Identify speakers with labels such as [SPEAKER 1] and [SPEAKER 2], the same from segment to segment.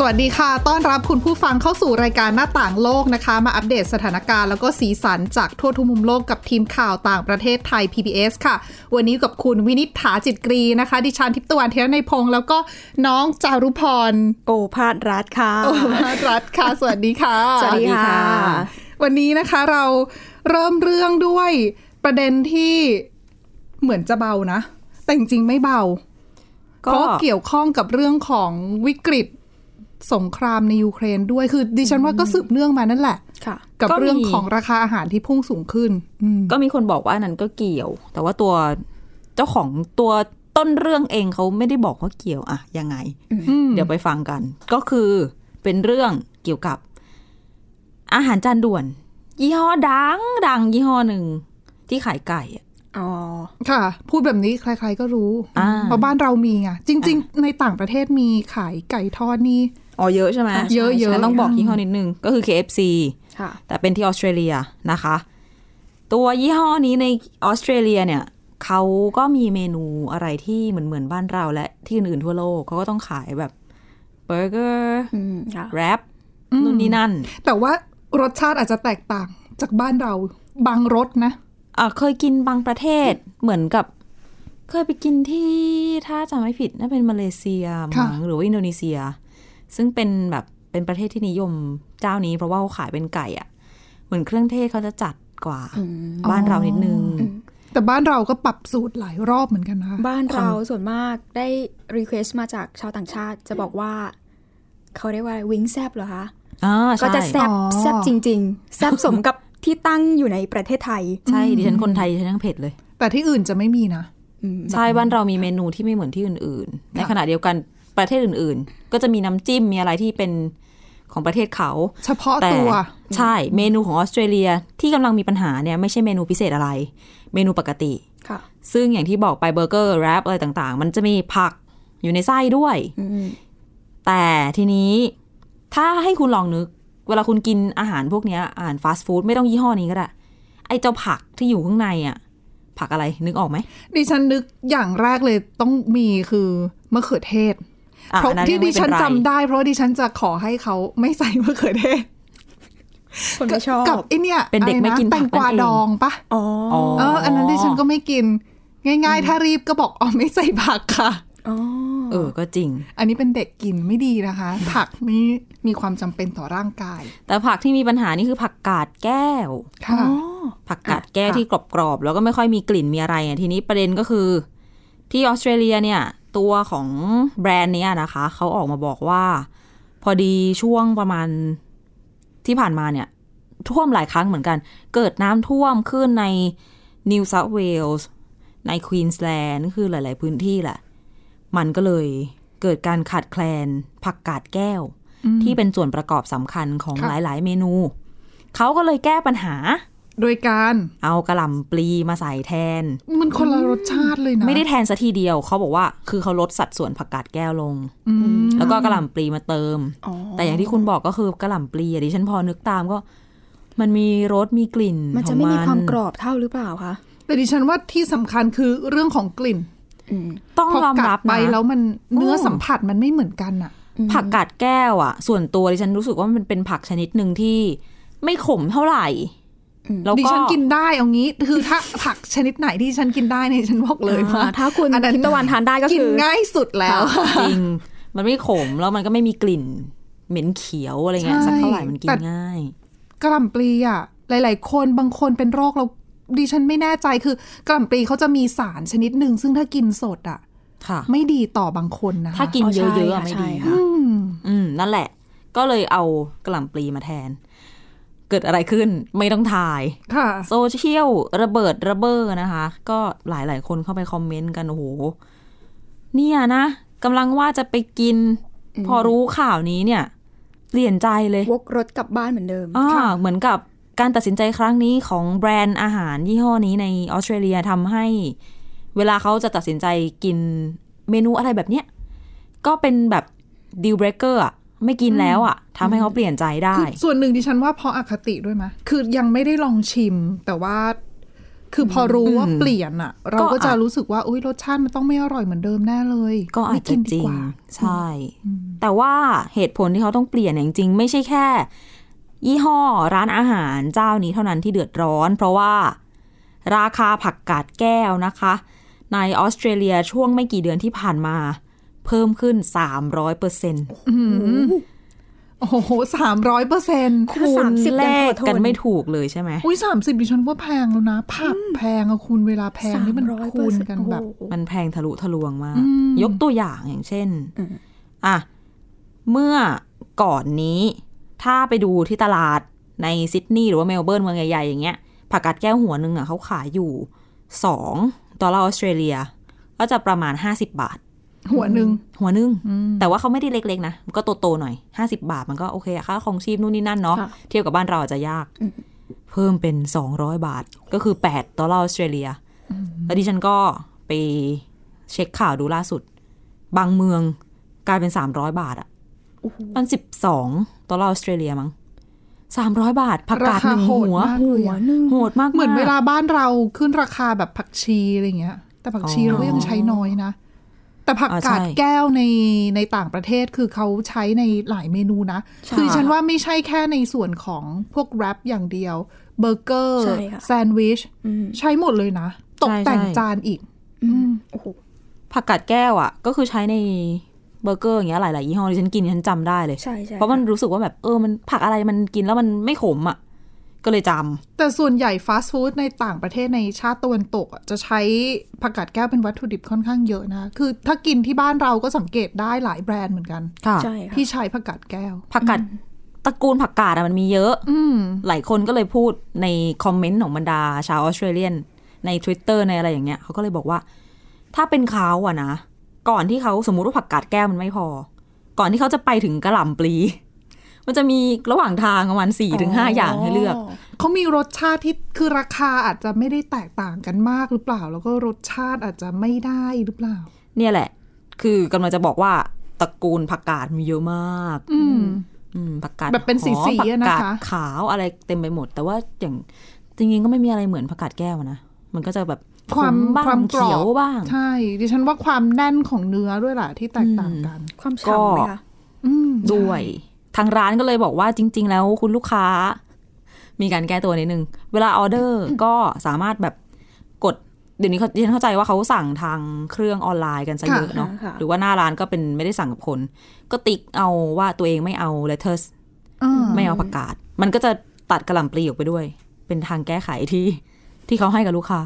[SPEAKER 1] สวัสดีค่ะ ต้อนรับคุณผู้ฟังเข้าสู่รายการหน้าต่างโลกนะคะ มาอัปเดตสถานการณ์แล้วก็สีสันจากทั่วทุกมุมโลกกับทีมข่าวต่างประเทศไทย PBS ค่ะ วันนี้กับคุณวินิษฐาจิตกรีนะคะ ดิฉันทิพย์ตะวันเทยนในยพงษ์แล้วก็น้องจารุพร
[SPEAKER 2] โอภาสรัฐค่ะ
[SPEAKER 1] โอภาสรัฐค่ะ สวัสดีค่ะ
[SPEAKER 2] สวัสดีค่ะ
[SPEAKER 1] วันนี้นะคะเราเริ่มเรื่องด้วยประเด็นที่เหมือนจะเบานะ แต่จริงๆไม่เบา เพราะเกี่ยวข้องกับเรื่องของวิกฤตสงครามในยูเครนด้วยคือดิฉันว่าก็สืบเนื่องมานั่นแหละ
[SPEAKER 2] ค่ะ
[SPEAKER 1] กับเรื่อง
[SPEAKER 2] มี
[SPEAKER 1] ของราคาอาหารที่พุ่งสูงขึ้นอืม
[SPEAKER 2] ก็มีคนบอกว่าอันนั้นก็เกี่ยว แต่ว่าตัวเจ้าของตัวต้นเรื่องเองเขาไม่ได้บอกว่าเกี่ยวอะยังไง เดี๋ยวไปฟังกัน ก็คือเป็นเรื่องเกี่ยวกับ อาหารจานด่วน ยี่ห้อดังดังยี่ห้อหนึ่งที่ขายไก่อะ
[SPEAKER 3] อ๋อ
[SPEAKER 1] ค่ะ พูดแบบนี้ใครๆก็รู้
[SPEAKER 2] อ่า
[SPEAKER 1] เพราะบ้านเรามีไงจริง ๆ ในต่างประเทศมีขายไก่ทอดนี่
[SPEAKER 2] อ๋อเยอะใช่ไหม
[SPEAKER 1] อ่ะเยอะเยอะ
[SPEAKER 2] ฉันต้องบอกยี่ห้อนิดนึง ก็คือ KFC
[SPEAKER 3] ค่ะ
[SPEAKER 2] แต่เป็นที่ออสเตรเลียนะคะ ตัวยี่ห้อนี้ในออสเตรเลียเนี่ยเขาก็มีเมนูอะไรที่เหมือนเหมือนบ้านเราและที่อื่นๆทั่วโลกเขาก็ต้องขายแบบเบอร์เกอร์
[SPEAKER 3] อืม ค่ะ
[SPEAKER 2] แรปนู่นนี่นั่น
[SPEAKER 1] แต่ว่ารสชาติอาจจะแตกต่างจากบ้านเราบางรสนะ
[SPEAKER 2] อ่ะเคยกินบางประเทศเหมือนกับ เคยไปกินที่ถ้าจำไม่ผิดน่าเป็นมาเลเซีย
[SPEAKER 1] ค่ะ
[SPEAKER 2] มั้งหรือว่าอินโดนีเซีย ซึ่งเป็นแบบเป็นประเทศที่นิยมเจ้านี้เพราะว่าเขาขายเป็นไก่อะเหมือนเครื่องเทศเขาจะจัดกว่าบ้านเรานิดนึง
[SPEAKER 1] แต่บ้านเราก็ปรับสูตรหลายรอบเหมือนกันนะคะ
[SPEAKER 3] บ้านเราส่วนมากได้รีเควสต์มาจากชาวต่างชาติจะบอกว่า เขาเรียกว่าอะไรวิงแซบเหรอคะ
[SPEAKER 2] อ่าใช่
[SPEAKER 3] ก็จะแซบแซบจริง ๆ แซบสมกับที่ตั้งอยู่ในประเทศไทย
[SPEAKER 2] ใช่ดิฉันคนไทยดิฉันยังเผ็ดเลย
[SPEAKER 1] แต่ที่อื่นจะไม่มีนะ
[SPEAKER 2] ใช่บ้านเรามีเมนูที่ไม่เหมือนที่อื่น ๆ ในขณะเดียวกันประเทศอื่น ๆ ก็จะมีน้ำจิ้มมีอะไรที่เป็นของประเทศเขา
[SPEAKER 1] เฉพาะ
[SPEAKER 2] แต่
[SPEAKER 1] ตัว
[SPEAKER 2] ใช่เมนูของออสเตรเลียที่กำลังมีปัญหาเนี่ยไม่ใช่เมนูพิเศษอะไร เมนูปกติ
[SPEAKER 3] ค่ะ
[SPEAKER 2] ซึ่งอย่างที่บอกไปเบอร์เกอร์แรปอะไรต่างๆ มันจะมีผักอยู่ในไส้ด้วย
[SPEAKER 3] อืม
[SPEAKER 2] แต่ทีนี้ถ้าให้คุณลองนึก เวลาคุณกินอาหารพวกเนี้ยอาหารฟาสต์ฟู้ดไม่ต้องยี่ห้อนี้ก็ได้ ไอ้เจ้าผักที่อยู่ข้างในอ่ะ ผักอะไรนึกออกไหม
[SPEAKER 1] ดิฉันนึกอย่างแรกเลยต้องมีคือมะเขือเทศ
[SPEAKER 2] อ่
[SPEAKER 1] เพราะ
[SPEAKER 2] อันนั้น
[SPEAKER 1] ที่
[SPEAKER 2] ยังไม่
[SPEAKER 1] ดิฉัน
[SPEAKER 2] เป็ไร
[SPEAKER 1] จำได้ เพราะดิฉันจะขอให้เขาไม่ใส่มะเขือเทศ
[SPEAKER 3] คนไม่ชอบ
[SPEAKER 1] กับไอเนี่ย
[SPEAKER 2] เป็นเด็ก
[SPEAKER 1] อะระ
[SPEAKER 2] ไม่กินผัก
[SPEAKER 1] แตงกวา
[SPEAKER 2] นั่นเอง
[SPEAKER 1] ดองปะ
[SPEAKER 3] อ๋อ
[SPEAKER 2] อ๋อ
[SPEAKER 1] เอออันนั้นดิฉันก็ไม่กิน ง่าย ๆ ถ้ารีบก็บอก อ๋อไม่ใส่ผักค่ะ
[SPEAKER 3] อ๋อ
[SPEAKER 2] เออก็จริง
[SPEAKER 1] อันนี้เป็นเด็กกินไม่ดีนะคะ ผักนี่มีความจำเป็นต่อร่างกาย
[SPEAKER 2] แต่ผักที่มีปัญหานี่คือผักกาดแก้ว
[SPEAKER 1] ค่ะ
[SPEAKER 2] ผักกาดแก้วที่กรอบๆแล้วก็ไม่ค่อยมีกลิ่นมีอะไรอ่ะทีนี้ประเด็นก็คือ ที่ออสเตรเลียเนี่ย ตัวของแบรนด์เนี้ยนะคะ เขาออกมาบอกว่า พอดีช่วงประมาณที่ผ่านมาเนี่ย ท่วมหลายครั้งเหมือนกัน เกิดน้ำท่วมขึ้นในนิวเซาท์เวลส์ในควีนส์แลนด์คือหลาย ๆ พื้นที่แหละ มันก็เลยเกิดการขาดแคลนผักกาดแก้ว ที่เป็นส่วนประกอบสำคัญของ
[SPEAKER 1] ค่ะ
[SPEAKER 2] หลาย ๆ เมนู เขาก็เลยแก้ปัญหา
[SPEAKER 1] โดยการ
[SPEAKER 2] เอากระหล่ำปลีมาใส่แทน
[SPEAKER 1] มันคนละรสชาติเลยนะ
[SPEAKER 2] ไม่ได้แทนซะทีเดียวเขาบอกว่า คือเขาลดสัดส่วนผักกาดแก้วลง
[SPEAKER 1] อืม
[SPEAKER 2] แล้วก็กระหล่ำปลีมาเติม
[SPEAKER 3] อ๋อ
[SPEAKER 2] แต่อย่างที่คุณบอกก็คือกระหล่ำปลีอะดิฉันพอนึกตามก็ มันมีรสมีกลิ่น
[SPEAKER 3] มันจะไม่
[SPEAKER 2] ของ
[SPEAKER 3] มีความกรอบเท่าหรือเปล่าคะ
[SPEAKER 1] แต่ดิฉันว่าที่สำคัญคือเรื่องของกลิ่น
[SPEAKER 3] อืม
[SPEAKER 2] ต้อง
[SPEAKER 1] พอย
[SPEAKER 2] อม
[SPEAKER 1] กัด
[SPEAKER 2] รับ
[SPEAKER 1] ไป
[SPEAKER 2] นะ
[SPEAKER 1] แล้วมันเนื้ออ
[SPEAKER 2] ม
[SPEAKER 1] สัมผัสมันไม่เหมือนกันอะ
[SPEAKER 2] ผักกาดแก้วอ่ะ ส่วนตัวดิฉันรู้สึกว่ามันเป็นผักชนิดหนึ่งที่ไม่ขมเท่าไหร่
[SPEAKER 3] อืม
[SPEAKER 2] แล้ว
[SPEAKER 1] ดิ
[SPEAKER 2] ก็
[SPEAKER 1] ฉันกินได้เอางี้ คือถ้าผักชนิดไหนที่ดิฉันกินได้เนี่ยดิฉันบอกเลยว่า
[SPEAKER 3] อ่าถ้าคุณ
[SPEAKER 1] อันนั้น
[SPEAKER 3] ทิพย์ตะวันทานได้ก็
[SPEAKER 1] กิน
[SPEAKER 3] คือ
[SPEAKER 1] ง่ายสุดแล้ว
[SPEAKER 2] จริง มันไม่ขมแล้วมันก็ไม่มีกลิ่น เหม็นเขียวอะไรเงี้ย
[SPEAKER 1] ใช่
[SPEAKER 2] สักเท่าไหร่มันกิ
[SPEAKER 1] แต่
[SPEAKER 2] นง่าย
[SPEAKER 1] กระหล่ำปลีอ่ะ หลาย ๆ คนบางคนเป็นโรคเราดิฉันไม่แน่ใจคือกระหล่ำปลีเขาจะมีสารชนิดหนึ่งซึ่งถ้ากินสดอ่ะ
[SPEAKER 2] ค่ะ
[SPEAKER 1] ไม่ดีต่อบางคนนะคะ
[SPEAKER 2] ถ้ากิน
[SPEAKER 3] อ๋อ
[SPEAKER 2] เย
[SPEAKER 3] ใช่
[SPEAKER 2] อะๆอะ
[SPEAKER 3] ค่ะ
[SPEAKER 2] ไม่
[SPEAKER 3] ใช่
[SPEAKER 2] ดี
[SPEAKER 3] ค่ะ
[SPEAKER 2] ค่ะ
[SPEAKER 1] อืม
[SPEAKER 2] อืม นั่นแหละ ก็เลยเอากระหล่ำปลีมาแทน เกิดอะไรขึ้นไม่ต้องทาย
[SPEAKER 1] ค่ะ
[SPEAKER 2] โซเชียลระเบิดระเบ้อนะคะ ก็หลายหลายๆคนเข้าไปคอมเมนต์กัน โอ้โห เนี่ยนะกำลังว่าจะไปกิน พอรู้ข่าวนี้เนี่ย เปลี่ยนใจเลยว
[SPEAKER 3] กรถกลับบ้านเหมือนเดิม
[SPEAKER 2] อ่าเหมือนกับการตัดสินใจครั้งนี้ของแบรนด์อาหารยี่ห้อนี้ในออสเตรเลียทำให้ เวลาเขาจะตัดสินใจกินเมนูอะไรแบบเนี้ยก็เป็นแบบ ดีลเบรกเกอร์อะไม่กินแล้วอะทำให้เขาเปลี่ยนใจได้
[SPEAKER 1] คือส่วนหนึ่งดิฉันว่าเพราะอคติด้วยไหมคือยังไม่ได้ลองชิม แต่ว่า คือพอรู้ว่าเปลี่ยนอะเรา
[SPEAKER 2] ก็
[SPEAKER 1] ก็จะ
[SPEAKER 2] อาจ
[SPEAKER 1] รู้สึกว่าอุ้ยรสชาติมันต้องไม่อร่อยเหมือนเดิมแน่เลย
[SPEAKER 2] ก็อาจ
[SPEAKER 1] ไม่
[SPEAKER 2] จะ
[SPEAKER 1] น
[SPEAKER 2] จ
[SPEAKER 1] ดี
[SPEAKER 2] ริง
[SPEAKER 1] ว่า
[SPEAKER 2] ใช่ แต่ว่าเหตุผลที่เขาต้องเปลี่ยนเนี่ยจริงๆ ไม่ใช่แค่ ยี่ห้อร้านอาหารเจ้านี้เท่านั้นที่เดือดร้อน เพราะว่าราคาผักกาดแก้วนะคะ ในออสเตรเลียช่วงไม่กี่เดือนที่ผ่านมา เพิ่มขึ้น 300เปอร์เซ็นต์
[SPEAKER 1] โอ้โหสามร้อยเปอร์เซ็นต์
[SPEAKER 2] คูณ
[SPEAKER 3] 30
[SPEAKER 2] เลข
[SPEAKER 3] ยังพอท
[SPEAKER 2] กัน
[SPEAKER 3] น
[SPEAKER 2] ไม่ถูกเลยใช่ไหม
[SPEAKER 1] อุ้ยสามสิบดิฉันว่าแพงแล้วนะ ผักแพงอะคุณเวลาแพงนี่มัน
[SPEAKER 3] 300%
[SPEAKER 1] คูณกันแบบ
[SPEAKER 3] โอ้โห
[SPEAKER 2] มันแพงทะลุทะลวงมาก
[SPEAKER 1] อืม
[SPEAKER 2] ยกตัวอย่างอย่างเช่น
[SPEAKER 3] อืม
[SPEAKER 2] อ่ะ เมื่อก่อนนี้ถ้าไปดูที่ตลาดในซิดนีย์หรือว่าเมลเบิร์นเมืองใหญ่ ๆ อย่างเงี้ย ผักกาดแก้วหัวหนึ่งอ่ะเขาขายอยู่สองดอลลาร์ออสเตรเลีย ก็จะประมาณ 50 บาท
[SPEAKER 1] หัวหนึ่ง
[SPEAKER 2] หัวหนึ่งแต่ว่าเขาไม่ได้เล็ก ๆ นะ มันก็โต ๆ หน่อย 50 บาทมันก็โอเคอะค่าของชีพนู่นนี่นั่นเนาะ
[SPEAKER 3] ค่ะ
[SPEAKER 2] เทียบกับบ้านเราอาจจะยาก เพิ่มเป็น 200 บาทก็คือ 8 ดอลลาร์ออสเตรเลีย แล้วดิฉันก็ไปเช็คข่าวดูล่าสุด บางเมืองกลายเป็น 300 บาทอะมัน 12 ดอลลาร์ออสเตรเลียมั้ง300 บาทผั
[SPEAKER 1] ราก
[SPEAKER 2] กาด
[SPEAKER 1] คา
[SPEAKER 2] หนึ่ง
[SPEAKER 1] โหด
[SPEAKER 2] หัว
[SPEAKER 1] มาก
[SPEAKER 3] หั
[SPEAKER 1] เลยว อะ
[SPEAKER 3] หนึ่ง
[SPEAKER 2] โหดมากๆ
[SPEAKER 1] เหมือนเวลาบ้านเราขึ้นราคาแบบผักชีอะไรเงี้ย แต่ผักชี
[SPEAKER 2] อ๋อ
[SPEAKER 1] เราก็ยังใช้น้อยนะ แต่ผัก
[SPEAKER 2] อ่าใช่
[SPEAKER 1] กาดแก้วในในต่างประเทศคือเขาใช้ในหลายเมนูนะ
[SPEAKER 3] ใช่
[SPEAKER 1] คือดิฉันว่าไม่ใช่แค่ในส่วนของพวกแรปอย่างเดียวเบอร์เกอร์
[SPEAKER 3] ใช่ค่ะ
[SPEAKER 1] แซนด์วิช
[SPEAKER 3] อืม
[SPEAKER 1] ใช้หมดเลยนะ ตกแต่งจานอีก
[SPEAKER 3] อืมโอ้โห
[SPEAKER 2] ผักกาดแก้วอะก็คือใช้ในเบอร์เกอร์อย่างเงี้ยหลาย ๆ ยี่ห้อที่ฉันกินฉันจำได้เลย
[SPEAKER 3] ใช่ใช่
[SPEAKER 2] เพราะมันรู้สึกว่าแบบเออมันผักอะไรมันกินแล้วมันไม่ขมอ่ะ ก็เลยจำ
[SPEAKER 1] แต่ส่วนใหญ่ฟาสต์ฟู้ดในต่างประเทศในชาติตะวันตกอะจะใช้ผักกาดแก้วเป็นวัตถุดิบค่อนข้างเยอะนะ คือถ้ากินที่บ้านเราก็สังเกตได้หลายแบรนด์เหมือนกัน
[SPEAKER 2] ค่ะ
[SPEAKER 3] ใช่ค่ะ
[SPEAKER 1] ที่ใช้ผักกาดแก้ว
[SPEAKER 2] ผักกาดตระกูลผักกาดอะมันมีเยอะ
[SPEAKER 1] อืม
[SPEAKER 2] หลายคนก็เลยพูดในคอมเมนต์ของบรรดาชาวออสเตรเลียน ใน Twitter ในอะไรอย่างเงี้ยเขาก็เลยบอกว่า ถ้าเป็นเขาอะนะ ก่อนที่เขาสมมุติว่าผักกาดแก้วมันไม่พอ ก่อนที่เขาจะไปถึงกระหล่ำปลี มันจะมีระหว่างทางประมาณสี่ถึงห้าอย่างให้เลือก
[SPEAKER 1] เขามีรสชาติที่คือราคาอาจจะไม่ได้แตกต่างกันมากหรือเปล่า แล้วก็รสชาติอาจจะไม่ได้หรือเปล่า
[SPEAKER 2] เนี่ยแหละ คือกำลังจะบอกว่าตระกูลผักกาดมีเยอะมาก
[SPEAKER 1] อืม
[SPEAKER 2] อืมผักกาด
[SPEAKER 1] แบบเป็น
[SPEAKER 2] หอม
[SPEAKER 1] สีๆอะนะคะ
[SPEAKER 2] ผักกาดขาวอะไรเต็มไปหมด แต่ว่าอย่างจริงๆก็ไม่มีอะไรเหมือนผักกาดแก้วอะนะมันก็จะแบบ
[SPEAKER 1] ความ
[SPEAKER 2] ขบ้าง
[SPEAKER 1] ความกร
[SPEAKER 2] เขี
[SPEAKER 1] อ
[SPEAKER 2] ยว
[SPEAKER 1] บ
[SPEAKER 2] บ้าง
[SPEAKER 1] ใช่ดิฉันว่าความแน่นของเนื้อด้วยแหละที่แตกต่างกัน
[SPEAKER 3] ความ
[SPEAKER 2] ก็
[SPEAKER 3] ฉ่ำไหมคะ
[SPEAKER 1] อืม
[SPEAKER 2] ด้วย ทางร้านก็เลยบอกว่าจริง ๆ แล้วคุณลูกค้า มีการแก้ตัวนิดนึง เวลาออเดอร์ก็สามารถแบบกดเดี๋ยวนี้เขาดิฉันเข้าใจว่าเขาสั่งทางเครื่องออนไลน์กันซะเยอะเนาะหรือว่าหน้าร้านก็เป็นไม่ได้สั่งกับคน ก็ติ๊กเอาว่าตัวเองไม่เอาเลเทอร์
[SPEAKER 1] อ่า
[SPEAKER 2] ไม่เอาผักกาด มันก็จะตัดกระหล่ำปลีออกไปด้วย เป็นทางแก้ไขที่ ที่เขาให้กับลูกค้า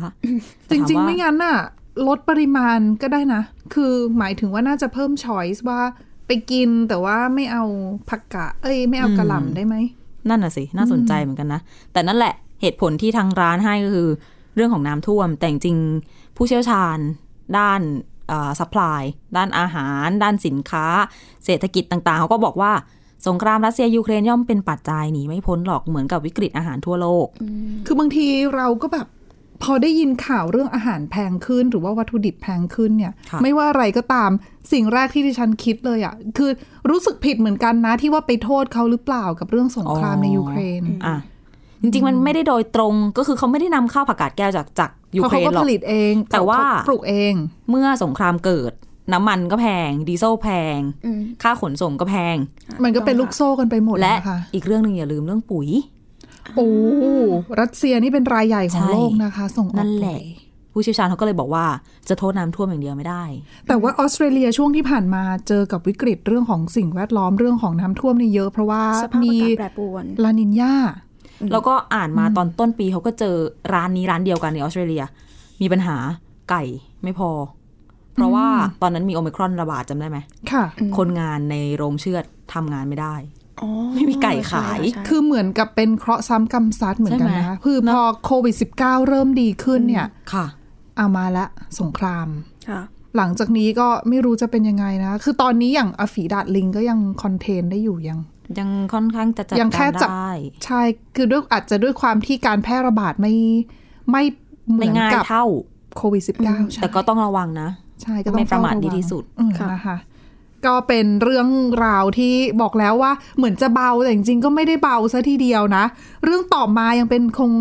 [SPEAKER 1] จริง ๆ ไม่
[SPEAKER 2] ไง
[SPEAKER 1] งั้นน่ะ ลดปริมาณก็ได้นะ คือหมายถึงว่าน่าจะเพิ่มช้อยส์ว่าไปกินแต่ว่าไม่เอาผักกะ เอ้ย ไม่เอากระห
[SPEAKER 2] อืม
[SPEAKER 1] ล่ำได้ไหม
[SPEAKER 2] นั่นน่ะสิ น่าสนใจเหมือนกันนะ แต่นั่นแหละเหตุผลที่ทางร้านให้ก็คือ เรื่องของน้ำท่วม แต่จริงๆผู้เชี่ยวชาญ ด้านสัพพลาย ด้านอาหาร ด้านสินค้า เศรษฐกิจต่างๆ เขาก็บอกว่าสงครามรัสเซียยูเครนย่อมเป็นปัจจัยหนีไม่พ้นหรอกเหมือนกับวิกฤตอาหารทั่วโลก
[SPEAKER 1] คือบางทีเราก็แบบ พอได้ยินข่าวเรื่องอาหารแพงขึ้น หรือว่าวัตถุดิบแพงขึ้นเนี่ย
[SPEAKER 2] ค่ะ
[SPEAKER 1] ไม่ว่าอะไรก็ตามสิ่งแรกที่ดิฉันคิดเลยอะ่ะ คือรู้สึกผิดเหมือนกันนะ ที่ว่าไปโทษเขาหรือเปล่ากับเรื่องสงครามในยูเครน
[SPEAKER 2] อ่ะจริงๆมันไม่ได้โดยตรงก็คือเขาไม่ได้นำเข้าวผักกาดแก้วจากจากยู
[SPEAKER 1] เพราะ
[SPEAKER 2] เคร
[SPEAKER 1] เขา
[SPEAKER 2] น
[SPEAKER 1] ก็
[SPEAKER 2] หรอ
[SPEAKER 1] ผ
[SPEAKER 2] ก
[SPEAKER 1] ลิตเอง
[SPEAKER 2] แต่ว่า
[SPEAKER 1] เขปลูกเอง
[SPEAKER 2] เมื่อสงครามเกิด น้ำมันก็แพง ดีเซลแพง
[SPEAKER 3] อืม
[SPEAKER 2] ค่าขนส่งก็แพง
[SPEAKER 3] อ่ะ
[SPEAKER 1] มันก็เป็นลูก
[SPEAKER 3] ต้องค่ะ
[SPEAKER 1] โซ่กันไปหมด
[SPEAKER 2] และ
[SPEAKER 1] นะคะ
[SPEAKER 2] อีกเรื่องหนึ่งอย่าลืมเรื่องปุ๋ย
[SPEAKER 1] โอ้รัสเซียนี่เป็นรายใหญ่ของ
[SPEAKER 2] ใช่
[SPEAKER 1] โลกนะคะ ส่งออก
[SPEAKER 2] นั่นแหละ
[SPEAKER 1] ไป
[SPEAKER 2] ผู้เชี่ยวชาญเขาก็เลยบอกว่าจะโทษน้ำท่วมอย่างเดียวไม่ได้
[SPEAKER 1] แต่ว่าออสเตรเลียช่วงที่ผ่านมาเจอกับวิกฤตเรื่องของสิ่งแวดล้อมเรื่องของน้ำท่วมนี่เยอะ เพราะว่า
[SPEAKER 3] สภาพ
[SPEAKER 1] มี
[SPEAKER 3] อากาศแปรปรวน
[SPEAKER 1] ลานินยา
[SPEAKER 3] อืม
[SPEAKER 2] แล้วก็อ่านมาตอนต้นปีเขาก็เจอร้านนี้ร้านเดียวกันในออสเตรเลีย มีปัญหาไก่ไม่พอ เพราะว่าตอนนั้นมีโอมครอนระบาดจำได้ไหม
[SPEAKER 1] ค่ะ
[SPEAKER 2] คนงานในโรงเชือดทำงานไม่ได้
[SPEAKER 3] อ๋อ
[SPEAKER 2] ไม่มีไก่ขาย
[SPEAKER 3] ใช่
[SPEAKER 1] คือเหมือนกับเป็นเคราะห์ซ้ำกรรมซัดเหมือนกัน
[SPEAKER 2] ใช่ไหม
[SPEAKER 1] นะคือพอโควิด -19 เริ่มดีขึ้นเนี่ย
[SPEAKER 2] ค่ะ
[SPEAKER 1] เอามาละสงคราม
[SPEAKER 3] ค่ะ
[SPEAKER 1] หลังจากนี้ก็ไม่รู้จะเป็นยังไงนะ คือตอนนี้อย่างอฝีดาดลิงก็ยังคอนเทนได้อยู่ยัง
[SPEAKER 2] ยังค่อนข้างจะจัด
[SPEAKER 1] ยังแค่
[SPEAKER 2] การ
[SPEAKER 1] จับ
[SPEAKER 2] ได้
[SPEAKER 1] ใช่คือด้วยอาจจะด้วยความที่การแพร่ระบาดไม่ไม่เหมื
[SPEAKER 2] ไม่
[SPEAKER 1] อน
[SPEAKER 2] ง่าย
[SPEAKER 1] กับ
[SPEAKER 2] เท่า
[SPEAKER 1] โควิด -19 ใช่
[SPEAKER 2] แต่ก็ต้องระวังนะ
[SPEAKER 1] ใช่ก็ต้อง
[SPEAKER 2] ไม่ประมาท
[SPEAKER 1] เฝ้วัง
[SPEAKER 2] ดีที่สุด
[SPEAKER 1] อืม
[SPEAKER 3] ค่ะ
[SPEAKER 1] นะคะ ก็เป็นเรื่องราวที่บอกแล้วว่าเหมือนจะเบาแต่จริงๆก็ไม่ได้เบาซะทีเดียวนะ เรื่องต่อมายังเป็นคง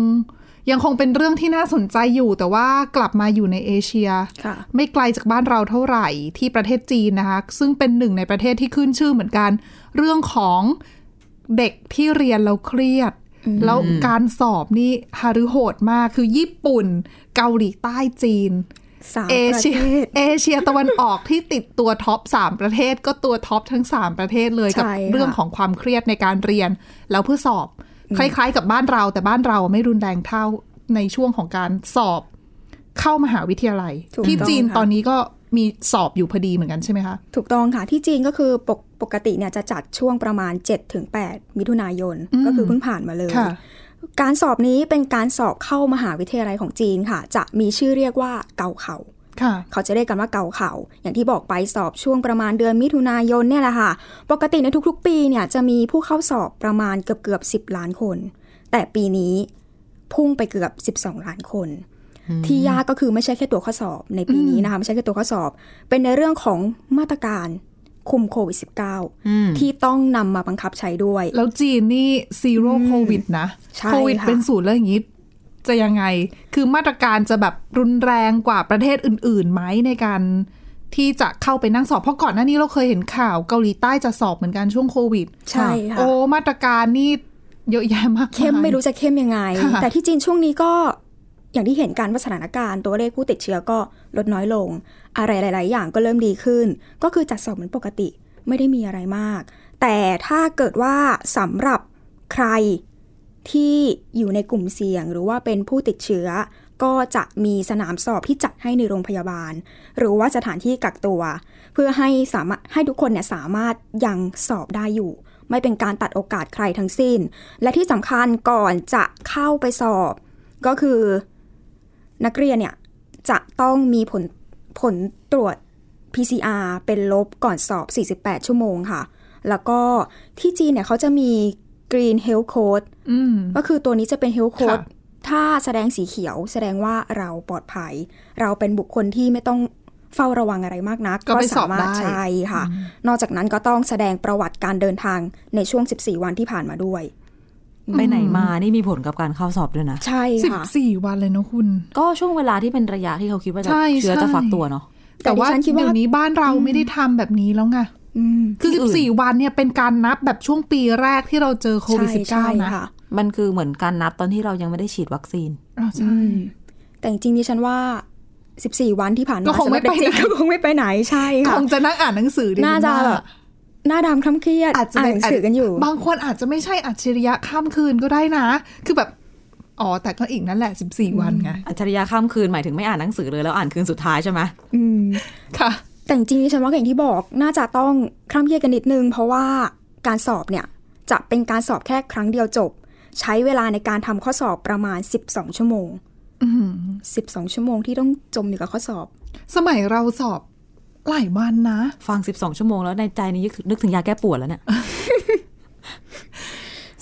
[SPEAKER 1] ยังคงเป็นเรื่องที่น่าสนใจอยู่ แต่ว่ากลับมาอยู่ในเอเชีย
[SPEAKER 3] ค่ะ
[SPEAKER 1] ไม่ไกลจากบ้านเราเท่าไหร่ที่ประเทศจีนนะคะ ซึ่งเป็นหนึ่งในประเทศที่ขึ้นชื่อเหมือนกัน เรื่องของเด็กที่เรียนแล้วเครียด แล้วการสอบนี่ฮารุโหดมากคือญี่ปุ่น เกาหลีใต้จีน
[SPEAKER 3] สาม
[SPEAKER 1] เอ
[SPEAKER 3] ประเท
[SPEAKER 1] เชีย
[SPEAKER 3] ศ
[SPEAKER 1] เอเชียตะวันออกที่ติดตัวท็อป 3 ประเทศก็ตัวท็อปทั้ง 3 ประเทศเลยกับ
[SPEAKER 3] ใช่ค่ะ
[SPEAKER 1] เรื่องของความเครียดในการเรียน แล้วเพื่อสอบ คล้ายๆ กับบ้านเราแต่บ้านเราไม่รุนแรงเท่าในช่วงของการสอบเข้ามหาวิทยาลัย
[SPEAKER 3] ถูก
[SPEAKER 1] ที่
[SPEAKER 3] ต้อง
[SPEAKER 1] จีน
[SPEAKER 3] ค่ะ
[SPEAKER 1] ตอนนี้ก็มีสอบอยู่พอดีเหมือนกันใช่ไหมคะ
[SPEAKER 3] ถูกต้องค่ะที่จีนก็คือปกปกติเนี่ยจะจัดช่วงประมาณ 7-8 มิถุนายน
[SPEAKER 1] อืม
[SPEAKER 3] ก็คือเพิ่งผ่านมาเลย
[SPEAKER 1] ค่ะ
[SPEAKER 3] การสอบนี้เป็นการสอบเข้ามหาวิทยาลัยของจีนค่ะ จะมีชื่อเรียกว่าเกาเขา
[SPEAKER 1] ค่ะ
[SPEAKER 3] เขาจะเรียกกันว่าเกาเขาอย่างที่บอกไปสอบช่วงประมาณเดือนมิถุนายนเนี่ยแหละค่ะ ปกติในทุกๆ ปีเนี่ยจะมีผู้เข้าสอบประมาณเกือบเกือบสิบล้านคน แต่ปีนี้พุ่งไปเกือบ 12 ล้านคน ที่ยากก็คือไม่ใช่แค่ตัวข้อสอบในปีนี้นะคะไม่ใช่แค่ตัวข้อสอบ เป็นในเรื่องของมาตรการคุมโควิด
[SPEAKER 2] อืม
[SPEAKER 3] -19 ที่ต้องนำมาบังคับใช้ด้วย
[SPEAKER 1] แล้วจีนนี่ซีโร่โควิดนะ
[SPEAKER 3] ใช่
[SPEAKER 1] โควิด
[SPEAKER 3] ค่ะ
[SPEAKER 1] เป็นศูนย์แล้วอย่างนี้ จะยังไง คือมาตรการจะแบบรุนแรงกว่าประเทศอื่นๆไหมในการที่จะเข้าไปนั่งสอบ เพราะก่อนหน้านี้เราเคยเห็นข่าวเกาหลีใต้จะสอบเหมือนกันช่วงโควิด
[SPEAKER 3] ใช่ค่ะ
[SPEAKER 1] โอ้มาตรการนี่เยอะแยะม ากาย
[SPEAKER 3] เข้มไม่รู้จะเข้มยังไง
[SPEAKER 1] ค่ะ
[SPEAKER 3] แต่ที่จีนช่วงนี้ก็อย่างที่เห็นการว่าสถานการณ์ตัวเลขผู้ติดเชื้อก็ลดน้อยลง อะไรหลาย ๆ อย่างก็เริ่มดีขึ้น ก็คือจัดสอบเหมือนปกติไม่ได้มีอะไรมาก แต่ถ้าเกิดว่าสำหรับใครที่อยู่ในกลุ่มเสี่ยง หรือว่าเป็นผู้ติดเชื้อ ก็จะมีสนามสอบที่จัดให้ในโรงพยาบาล หรือว่าสถานที่กักตัว เพื่อให้สามารถให้ทุกคนเนี่ยสามารถยังสอบได้อยู่ ไม่เป็นการตัดโอกาสใครทั้งสิ้น และที่สำคัญก่อนจะเข้าไปสอบ ก็คือนักเรียนเนี่ยจะต้องมีผลผลตรวจ PCR เป็นลบก่อนสอบ 48 ชั่วโมงค่ะ แล้วก็ที่จีนเนี่ยเขาจะมี Green Health Code
[SPEAKER 1] อืม
[SPEAKER 3] ก็คือตัวนี้จะเป็น Health
[SPEAKER 1] ค่ะ
[SPEAKER 3] Code ถ้าแสดงสีเขียวแสดงว่าเราปลอดภัย เราเป็นบุคคลที่ไม่ต้องเฝ้าระวังอะไรมากนัก
[SPEAKER 1] ก็ไปสอบ
[SPEAKER 3] สามารถ
[SPEAKER 1] ได้
[SPEAKER 3] ใช่ค่ะ นอกจากนั้นก็ต้องแสดงประวัติการเดินทางในช่วง 14 วันที่ผ่านมาด้วย
[SPEAKER 2] ไปไหนมานี่มีผลกับการเข้าสอบด้วยนะ
[SPEAKER 3] ใช่
[SPEAKER 1] สิบ
[SPEAKER 3] ค่ะ
[SPEAKER 1] สี่วันเลยเนาะคุณ
[SPEAKER 2] ก็ช่วงเวลาที่เป็นระยะที่เขาคิดว่าจะ
[SPEAKER 1] ใช่
[SPEAKER 2] เชื้อ
[SPEAKER 1] ใช่
[SPEAKER 2] จะฟักตัวเนาะ
[SPEAKER 3] แต่
[SPEAKER 1] แต่ว่า
[SPEAKER 3] ดิฉันคิดว่า
[SPEAKER 1] เดี๋ยวนี้บ้านเราไม่ได้ทำแบบนี้แล้วไง
[SPEAKER 3] อืม
[SPEAKER 1] คือ
[SPEAKER 2] ที่อื่น
[SPEAKER 1] 14 วันเนี่ยเป็นการนับแบบช่วงปีแรกที่เราเจอโควิด
[SPEAKER 3] ใช่ใช่
[SPEAKER 1] -19 นะ
[SPEAKER 3] ค่ะ
[SPEAKER 2] มันคือเหมือนการนับตอนที่เรายังไม่ได้ฉีดวัคซีน
[SPEAKER 1] อ้าวใช่
[SPEAKER 3] อืมแต่จริงๆดิฉันว่า 14 วันที่ผ่านมา
[SPEAKER 1] ก็คงไม่ไปไหน
[SPEAKER 3] สำหรับเด็กๆก็คงไม่ไปไหนใช่
[SPEAKER 1] ค
[SPEAKER 3] ค่ะ
[SPEAKER 1] งจะนั่งอ่านหนังสือดี
[SPEAKER 3] น่าจะ
[SPEAKER 1] ม
[SPEAKER 3] แบ
[SPEAKER 1] ก
[SPEAKER 3] บหน้าดำคล้ำเครียด
[SPEAKER 1] อาจจะ
[SPEAKER 3] อ่านหนังสือกันอยู่
[SPEAKER 1] บางคนอาจจะไม่ใช่อัจฉริยะข้ามคืนก็ได้นะ คือแบบ อ๋อ แต่ก็อีกนั่นแหละ 14 วันไง
[SPEAKER 2] อัจฉริยะข้ามคืนหมายถึงไม่อ่านหนังสือเลยแล้วอ่านคืนสุดท้ายใช่ไหม
[SPEAKER 3] อืม
[SPEAKER 1] ค่ะ
[SPEAKER 3] แต่จริงๆดิฉันว่าอย่างที่บอกน่าจะต้องคร่ำเครียดกันนิดนึง เพราะว่าการสอบเนี่ยจะเป็นการสอบแค่ครั้งเดียวจบ ใช้เวลาในการทำข้อสอบประมาณ 12 ชั่วโมง
[SPEAKER 1] อือหือ
[SPEAKER 3] 12 ชั่วโมงที่ต้องจมอยู่กับข้อสอบ
[SPEAKER 1] สมัยเราสอบหลายวันนะ
[SPEAKER 2] ฟัง 12 ชั่วโมงแล้วในใจนี้นึกถึงยาแก้ปวดแล้วเนี่ย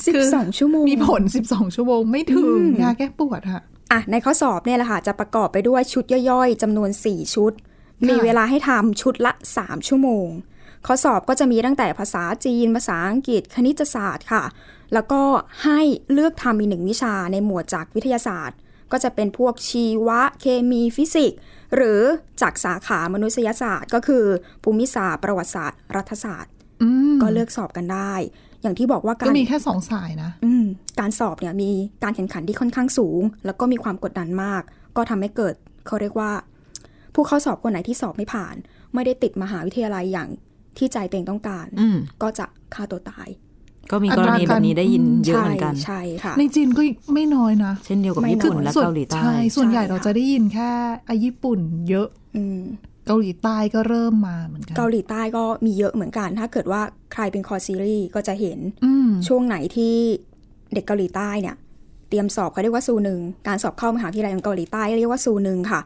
[SPEAKER 3] 12 ชั่วโมง
[SPEAKER 1] มีผล 12 ชั่วโมงไม่ถึงยาแก้ปวดอะ
[SPEAKER 3] อ่ะในข้อสอบเนี่ยแหละค่ะ จะประกอบไปด้วยชุดย่อยๆจำนวน 4 ชุด มีเวลาให้ทำชุดละ 3 ชั่วโมง ข้อสอบก็จะมีตั้งแต่ภาษาจีน ภาษาอังกฤษ คณิตศาสตร์ค่ะ แล้วก็ให้เลือกทำอีกหนึ่งวิชาในหมวดจากวิทยาศาสตร์ ก็จะเป็นพวกชีวะ เคมีฟิสิกส์ หรือจากสาขามนุษยศาสตร์ ก็คือภูมิศาสตร์ ประวัติศาสตร์ รัฐศาสตร์
[SPEAKER 1] อืม
[SPEAKER 3] ก็เลือกสอบกันได้ อย่างที่บอกว่าการ
[SPEAKER 1] ก็มีแค่สองสายนะ
[SPEAKER 3] อืมการสอบเนี่ยมีการแข่งขันที่ค่อนข้างสูง แล้วก็มีความกดดันมาก ก็ทำให้เกิดเขาเรียกว่า ผู้เข้าสอบคนไหนที่สอบไม่ผ่าน ไม่ได้ติดมหาวิทยาลัยอย่างที่ใจตัวเองต้องการ
[SPEAKER 2] อืม
[SPEAKER 3] ก็จะฆ่าตัวตาย
[SPEAKER 2] ก็มีกรณีแบบนี้ได้ยินเยอะเหมือนกัน
[SPEAKER 3] ใช่ใช่ค่ะ
[SPEAKER 1] ในจีนก็ไม่น้อยนะ
[SPEAKER 2] เช่นเดียวกับญี่ปุ่นและ
[SPEAKER 1] ส่วน
[SPEAKER 2] เกาหลีใต้
[SPEAKER 1] ใช่ส่วนใหญ่
[SPEAKER 3] ใช่ค่ะ
[SPEAKER 1] เราจะได้ยินแค่อะญี่ปุ่น เยอะ
[SPEAKER 3] อืม
[SPEAKER 1] เกาหลีใต้ก็เริ่มมาเหมือนกัน
[SPEAKER 3] เกาหลีใต้ก็มีเยอะเหมือนกัน ถ้าเกิดว่าใครเป็นคอซีรีส์ก็จะเห็น
[SPEAKER 1] อืม
[SPEAKER 3] ช่วงไหนที่เด็กเกาหลีใต้เนี่ย เตรียมสอบเขาเรียกว่าซูหนึ่งการสอบเข้ามหาวิทยาลัยของเกาหลีใต้เรียกว่าซูหนึ่งค่ะ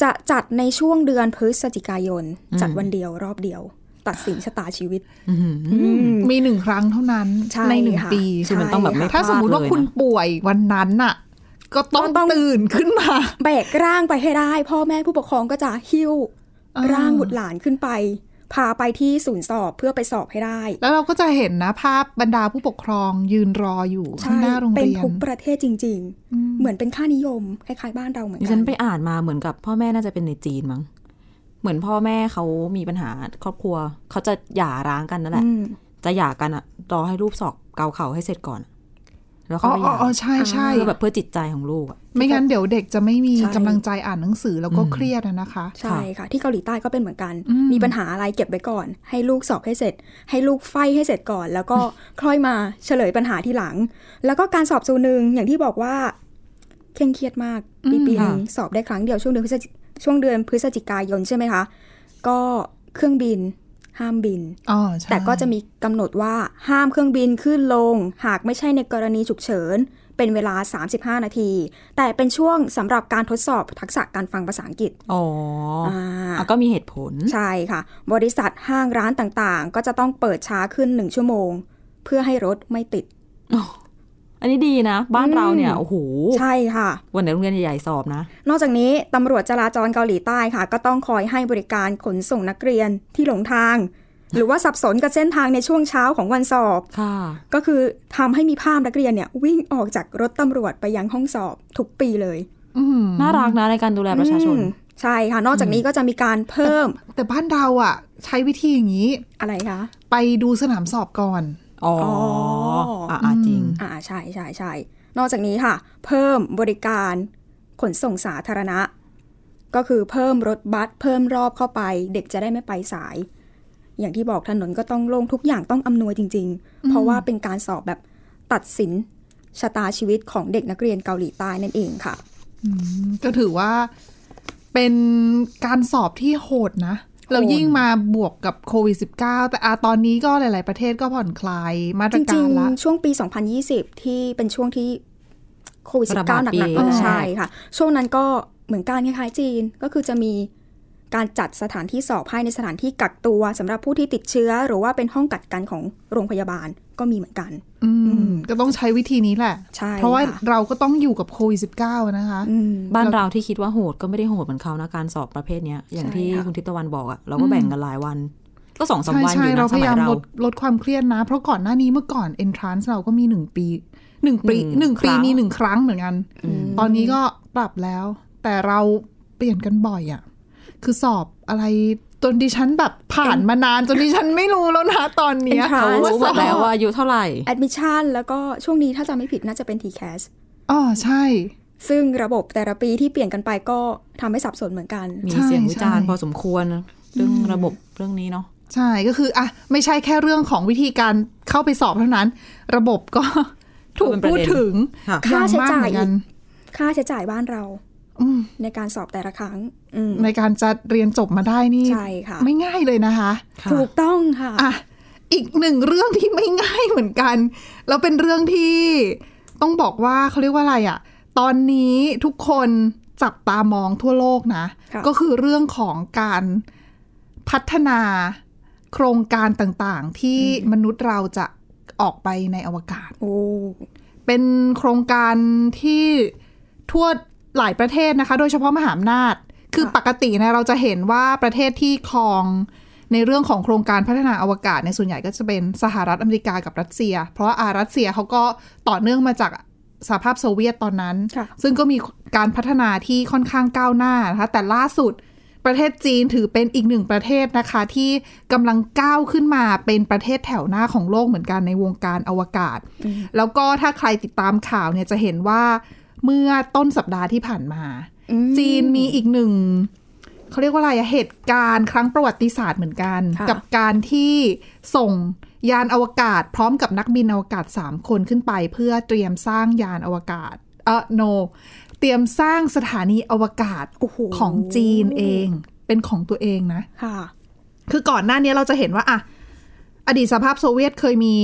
[SPEAKER 3] จะจัดในช่วงเดือนพฤศจิกายน จัดวันเดียวรอบเดียว ตัดสินชะตาชีวิต อืม
[SPEAKER 1] มีหนึ่งครั้งเท่านั้น
[SPEAKER 3] ใช่
[SPEAKER 1] หนึ่ง
[SPEAKER 3] ค่ะ
[SPEAKER 1] ปี
[SPEAKER 3] คือมัน
[SPEAKER 1] ใช่
[SPEAKER 3] ต้องแบบไม่
[SPEAKER 1] ค่ะถ้า
[SPEAKER 2] พลาด
[SPEAKER 1] สมมติว่า
[SPEAKER 2] เลยนะ
[SPEAKER 1] คุณป่วยวันนั้นน่ะ ก็ต้อง
[SPEAKER 3] ก็ต้อง
[SPEAKER 1] ตื่นขึ้นมา
[SPEAKER 3] แบกร่างไปให้ได้ พ่อแม่ผู้ปกครองก็จะหิ้ว
[SPEAKER 1] อ่า
[SPEAKER 3] ร่างบุตรหลานขึ้นไป พาไปที่ศูนย์สอบเพื่อไปสอบให้ได้
[SPEAKER 1] แล้วเราก็จะเห็นนะภาพบรรดาผู้ปกครองยืนรออยู่ข้างหน้าโรง
[SPEAKER 3] เป็น
[SPEAKER 1] เรียน
[SPEAKER 3] ทุกประเทศจริง
[SPEAKER 1] อืม
[SPEAKER 3] ๆ เหมือนเป็นค่านิยมคล้ายๆบ้านเราเหมือน
[SPEAKER 2] ดิ
[SPEAKER 3] กั
[SPEAKER 2] ฉันไปอ่านมาเหมือนกับพ่อแม่น่าจะเป็นในจีนมั้ง เหมือนพ่อแม่เขามีปัญหาครอบครัว เขาจะหย่าร้างกันนั่นแหละ
[SPEAKER 3] อืม
[SPEAKER 2] จะหย่ากันอะรอให้รูปศอกเกาเข่าให้เสร็จก่อน แล้
[SPEAKER 1] อ๋
[SPEAKER 2] วเขา
[SPEAKER 1] อ
[SPEAKER 2] ไป
[SPEAKER 1] อ๋
[SPEAKER 2] หย่า
[SPEAKER 1] ออ๋อใช่ใช่
[SPEAKER 2] เพื่อแบบเพื่อจิตใจของลูกอะ
[SPEAKER 1] ไม่งั้นเดี๋ยวเด็กจะไม่มี
[SPEAKER 3] ใช่
[SPEAKER 1] กำลังใจอ่านหนังสือแล้วก็
[SPEAKER 2] อืม
[SPEAKER 1] เครียดอะนะคะ
[SPEAKER 3] ใช่ค่ะ ที่เกาหลีใต้ก็เป็นเหมือนกัน
[SPEAKER 1] อืม
[SPEAKER 3] มีปัญหาอะไรเก็บไว้ก่อน ให้ลูกสอบให้เสร็จ ให้ลูกไฟให้เสร็จก่อน แล้วก็ ค่อยมาเฉลยปัญหาทีหลัง แล้วก็การสอบสูหนึ่งอย่างที่บอกว่าเคร่งเครียดมาก ปีปีหนึ่งสอบได้ครั้งเดียวช่วงเดือนพฤศจิช่วงเดือนพฤศจิกายนใช่ไหมคะ ก็เครื่องบิน ห้ามบิน
[SPEAKER 1] อ๋อใช่
[SPEAKER 3] แต่ก็จะมีกำหนดว่าห้ามเครื่องบินขึ้นลง หากไม่ใช่ในกรณีฉุกเฉิน เป็นเวลา 35 นาที แต่เป็นช่วงสำหรับการทดสอบทักษะการฟังภาษาอังกฤษ
[SPEAKER 2] อ๋ออ่
[SPEAKER 3] า
[SPEAKER 2] ะก็มีเหตุผล
[SPEAKER 3] ใช่ค่ะ บริษัทห้างร้านต่างๆ ก็จะต้องเปิดช้าขึ้นหนึ่งชั่วโมง เพื่อให้รถไม่ติด
[SPEAKER 2] อันนี้ดีนะ บ้านเราเนี่ย โอ้โห
[SPEAKER 3] ใช่ค่ะ
[SPEAKER 2] วันไหนโรงเรียนใหญ่ๆสอบนะ
[SPEAKER 3] นอกจากนี้ตำรวจจราจรเกาหลีใต้ค่ะ ก็ต้องคอยให้บริการขนส่งนักเรียนที่หลงทาง หรือว่าสับสนกับเส้นทางในช่วงเช้าของวันสอบ
[SPEAKER 2] ค่ะ
[SPEAKER 3] ก็คือทำให้มีภาพนักเรียนเนี่ยวิ่งออกจากรถตำรวจไปยังห้องสอบทุกปีเลย
[SPEAKER 1] อืม
[SPEAKER 2] น่ารักนะในการดูแลประชาชน
[SPEAKER 3] อืมใช่ค่ะ นอกจากนี้ก็จะมีการเพิ่ ม
[SPEAKER 1] แต่บ้านเราอ่ะ ใช้วิธีอย่างนี้
[SPEAKER 3] อะไรคะ
[SPEAKER 1] ไปดูสนามสอบก่อน
[SPEAKER 2] อ๋ออ่ะอ่ะจริง
[SPEAKER 3] อ่าใช่ใช่ใช่นอกจากนี้ค่ะ เพิ่มบริการขนส่งสาธารณะ ก็คือเพิ่มรถบัสเพิ่มรอบเข้าไป เด็กจะได้ไม่ไปสาย อย่างที่บอกถนนก็ต้องโล่งทุกอย่างต้องอำนวยจริง ๆ เพราะว่าเป็นการสอบแบบตัดสินชะตาชีวิตของเด็กนักเรียนเกาหลีใต้นั่นเองค่ะ
[SPEAKER 1] ก็ถือว่าเป็นการสอบที่โหดนะ เรายิ่งมาบวกกับโควิด -19 แต่อะตอนนี้ก็หลาย ๆ ประเทศก็ผ่อนคลายมาต
[SPEAKER 3] จ
[SPEAKER 1] ร
[SPEAKER 3] ริ
[SPEAKER 1] กางรละ
[SPEAKER 3] ๆ ช่วงปี 2020 ที่เป็นช่วงที่โควิด
[SPEAKER 2] ระ
[SPEAKER 3] 19
[SPEAKER 2] บาด
[SPEAKER 3] หนักๆ
[SPEAKER 2] ปี
[SPEAKER 3] เลย
[SPEAKER 2] แรก
[SPEAKER 3] ใช่ค่ะ ช่วงนั้นก็เหมือนการคล้ายๆจีนก็คือจะมีการจัดสถานที่สอบให้ในสถานที่กักตัวสำหรับผู้ที่ติดเชื้อ หรือว่าเป็นห้องกักกันของโรงพยาบาลก็มีเหมือนกัน
[SPEAKER 1] อืม
[SPEAKER 3] อืม
[SPEAKER 1] ก็ต้องใช้วิธีนี้แหละ
[SPEAKER 3] ใช่
[SPEAKER 1] เพราะว่า
[SPEAKER 3] ค่ะ
[SPEAKER 1] เราก็ต้องอยู่กับโควิด -19 นะคะ
[SPEAKER 3] อืม
[SPEAKER 2] บ้านเราที่คิดว่าโหดก็ไม่ได้โหดเหมือนเขานะการสอบประเภทเนี้ย อย่าง
[SPEAKER 3] ใช่
[SPEAKER 2] ที่
[SPEAKER 3] ค่ะ
[SPEAKER 2] คุณทิพย์ตะวันบอกอะเราก็แบ่งกันหลายวัน ก็สองสาม
[SPEAKER 1] ใช่
[SPEAKER 2] วันอ
[SPEAKER 1] ใช่
[SPEAKER 2] ยู่
[SPEAKER 1] เรา
[SPEAKER 2] นะส
[SPEAKER 1] พยายา
[SPEAKER 2] มัย
[SPEAKER 1] ม
[SPEAKER 2] เรา
[SPEAKER 1] ลดลดความเครียดนะ เพราะก่อนหน้านี้เมื่อก่อน entrance เราก็มีหนึ่งปีหนึ่งปี
[SPEAKER 2] ห
[SPEAKER 1] ห
[SPEAKER 2] นึ่
[SPEAKER 1] นึ่
[SPEAKER 2] ง
[SPEAKER 1] ง
[SPEAKER 2] ครั้
[SPEAKER 1] ปี
[SPEAKER 2] ง
[SPEAKER 1] มีหนึ่งครั้งเหมือนกัน ตอนนี้ก็ปรับแล้ว แต่เราเปลี่ยนกันบ่อยอะ่ะ คือสอบอะไรจนดิฉันแบบผ่านมานานจนดิฉันไม่รู้แล้วนะตอนเนี้ย
[SPEAKER 3] Entrance
[SPEAKER 2] เขารู้หมดแล้วว่าอายุเท่าไหร่
[SPEAKER 3] แอดมิชชั่นแล้วก็ช่วงนี้ถ้าจำไม่ผิดน่าจะเป็น TCAS
[SPEAKER 1] อ๋อใช่
[SPEAKER 3] ซึ่งระบบแต่ละปีที่เปลี่ยนกันไปก็ทำให้สับสนเหมือนกัน
[SPEAKER 2] มี
[SPEAKER 1] ใช่
[SPEAKER 2] เสียงวิจารณ์
[SPEAKER 1] ใช่
[SPEAKER 2] พอสมควรนะเรื่องระบบเรื่องนี้เนาะ
[SPEAKER 1] ใช่ก็คืออ่ะไม่ใช่แค่เรื่องของวิธีการเข้าไปสอบเท่านั้น ระบบก็ ถูก
[SPEAKER 2] เป็นประเด็น
[SPEAKER 1] พูดถึง
[SPEAKER 2] ค่ะ
[SPEAKER 1] อย่งมกเหมือนกัน
[SPEAKER 3] ค่าใช้จ่ายบ้านเรา
[SPEAKER 1] อืม
[SPEAKER 3] ในการสอบแต่ละครั้งอืม
[SPEAKER 1] ในการจะเรียนจบมาได้นี่
[SPEAKER 3] ใช่ค่ะ
[SPEAKER 1] ไม่ง่ายเลยนะคะ
[SPEAKER 2] ค่ะ
[SPEAKER 3] ถูกต้องค่ะ
[SPEAKER 1] อ่ะ อีกหนึ่งเรื่องที่ไม่ง่ายเหมือนกัน แล้วเป็นเรื่องที่ต้องบอกว่าเขาเรียกว่าอะไรอะ่ะ ตอนนี้ทุกคนจับตามองทั่วโลกนะ
[SPEAKER 3] ค่ะ
[SPEAKER 1] ก็คือเรื่องของการพัฒนาโครงการต่างๆ ที่มนุษย์เราจะออกไปในอวกาศ
[SPEAKER 3] โอ้
[SPEAKER 1] เป็นโครงการที่ทั่วหลายประเทศนะคะ โดยเฉพาะมหาอำนาจ คือปกติเนะเราจะเห็นว่าประเทศที่ครองในเรื่องของโครงการพัฒนาอวกาศในยส่วนใหญ่ก็จะเป็นสหรัฐอเมริกากับรัสเซีย เพราะว่าอารัสเซียเขาก็ต่อเนื่องมาจากสหภาพโซเวียตตอนนั้น
[SPEAKER 3] ค่ะ
[SPEAKER 1] ซึ่งก็มีการพัฒนาที่ค่อนข้างก้าวหน้านะคะแต่ล่าสุดประเทศจีนถือเป็นอีกหนึ่งประเทศนะคะ ที่กำลังก้าวขึ้นมาเป็นประเทศแถวหน้าของโลกเหมือนกันในวงการอวกาศ แล้วก็ถ้าใครติดตามข่าวเนี่ยจะเห็นว่าเมื่อต้นสัปดาห์ที่ผ่านมา
[SPEAKER 3] อืม
[SPEAKER 1] จีนมีอีกหนึ่งเขาเรียกว่าอะไรอะเหตุการณ์ครั้งประวัติศาสตร์เหมือนกัน
[SPEAKER 3] ค่ะ
[SPEAKER 1] กับการที่ส่งยานอวกาศ พร้อมกับนักบินอวกาศ 3 คนขึ้นไป เพื่อเตรียมสร้างยานอวกาศเออโน เตรียมสร้างสถานีอวกาศ
[SPEAKER 3] โอ้โห
[SPEAKER 1] ของจีนเอง เป็นของตัวเองนะ
[SPEAKER 3] ค่ะ
[SPEAKER 1] คือก่อนหน้านี้เราจะเห็นว่าอะอดีตสหภาพโซเวียตเคยมี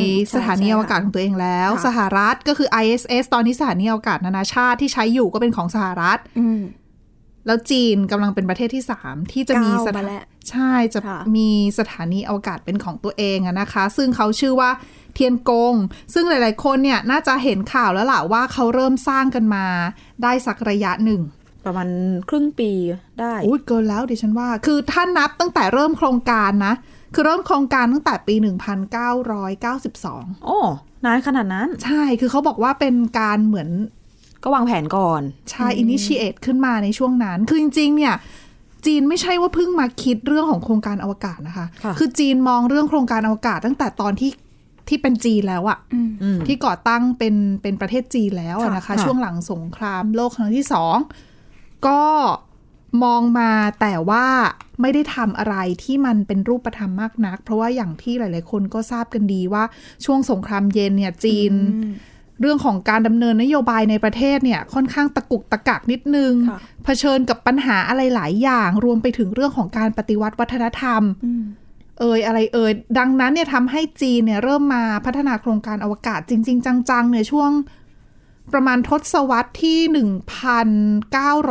[SPEAKER 3] อืมใช่
[SPEAKER 1] สถานี
[SPEAKER 3] ใช่
[SPEAKER 1] อ
[SPEAKER 3] ค่ะ
[SPEAKER 1] วกาศของตัวเองแล้ว
[SPEAKER 3] ค่ะ
[SPEAKER 1] สหรัฐก็คือ ISS ตอนนี้สถานีอวกาศนานาชาติที่ใช้อยู่ก็เป็นของสหรัฐ
[SPEAKER 3] อืม
[SPEAKER 1] แล้วจีนกำลังเป็นประเทศที่ 3 ที่จะมี
[SPEAKER 3] ก้าว
[SPEAKER 1] ส
[SPEAKER 3] มา
[SPEAKER 1] ถา
[SPEAKER 3] แล้ว
[SPEAKER 1] ใช่จะ
[SPEAKER 3] ค่ะ
[SPEAKER 1] มีสถานีอวกาศเป็นของตัวเองอะนะคะ ซึ่งเขาชื่อว่าเทียนกง ซึ่งหลาย ๆ คนเนี่ยน่าจะเห็นข่าวแล้วล่ะว่าเขาเริ่มสร้างกันมาได้สักระยะหนึ่ง
[SPEAKER 2] ประมาณครึ่งปีได้
[SPEAKER 1] อุ้ยเกินแล้วดิฉันว่า คือถ้านับตั้งแต่เริ่มโครงการนะ คือเริ่มโครงการตั้งแต่ปี 1992
[SPEAKER 2] โอ้ นานขนาดนั้น
[SPEAKER 1] ใช่ คือเขาบอกว่าเป็นการเหมือน
[SPEAKER 2] ก็วางแผนก่อน
[SPEAKER 1] ใช่อินิชิเอตขึ้นมาในช่วงนั้น คือจริงๆ เนี่ย จีนไม่ใช่ว่าเพิ่งมาคิดเรื่องของโครงการอวกาศนะคะ
[SPEAKER 2] ค่ะ
[SPEAKER 1] อจีนมองเรื่องโครงการอวกาศตั้งแต่ตอนที่ที่เป็นจีนแล้วอะ
[SPEAKER 3] อืม
[SPEAKER 2] อืม
[SPEAKER 1] ที่ก่อตั้งเป็นเป็นประเทศจีนแล้วอะนะคะ
[SPEAKER 2] ค่ะ
[SPEAKER 1] ช่วงหลังสงครามโลกครั้งที่สองก็มองมาแต่ว่าไม่ได้ทำอะไรที่มันเป็นรูปธรรมมากนัก เพราะว่าอย่างที่หลายๆ คนก็ทราบกันดีว่าช่วงสงครามเย็นเนี่ยจีน เรื่องของการดำเนินนโยบายในประเทศเนี่ยค่อนข้างตะกุกตะกักนิดนึง
[SPEAKER 3] ค่ะ
[SPEAKER 1] เผชิญกับปัญหาอะไรหลายอย่าง รวมไปถึงเรื่องของการปฏิวัติวัฒนธรรม
[SPEAKER 3] อืม
[SPEAKER 1] เอ่ยอะไรเอ่ยดังนั้นเนี่ยทำให้จีนเนี่ยเริ่มมาพัฒนาโครงการอวกาศจริง ๆ จังๆเนี่ยช่วงประมาณทศวรรษที่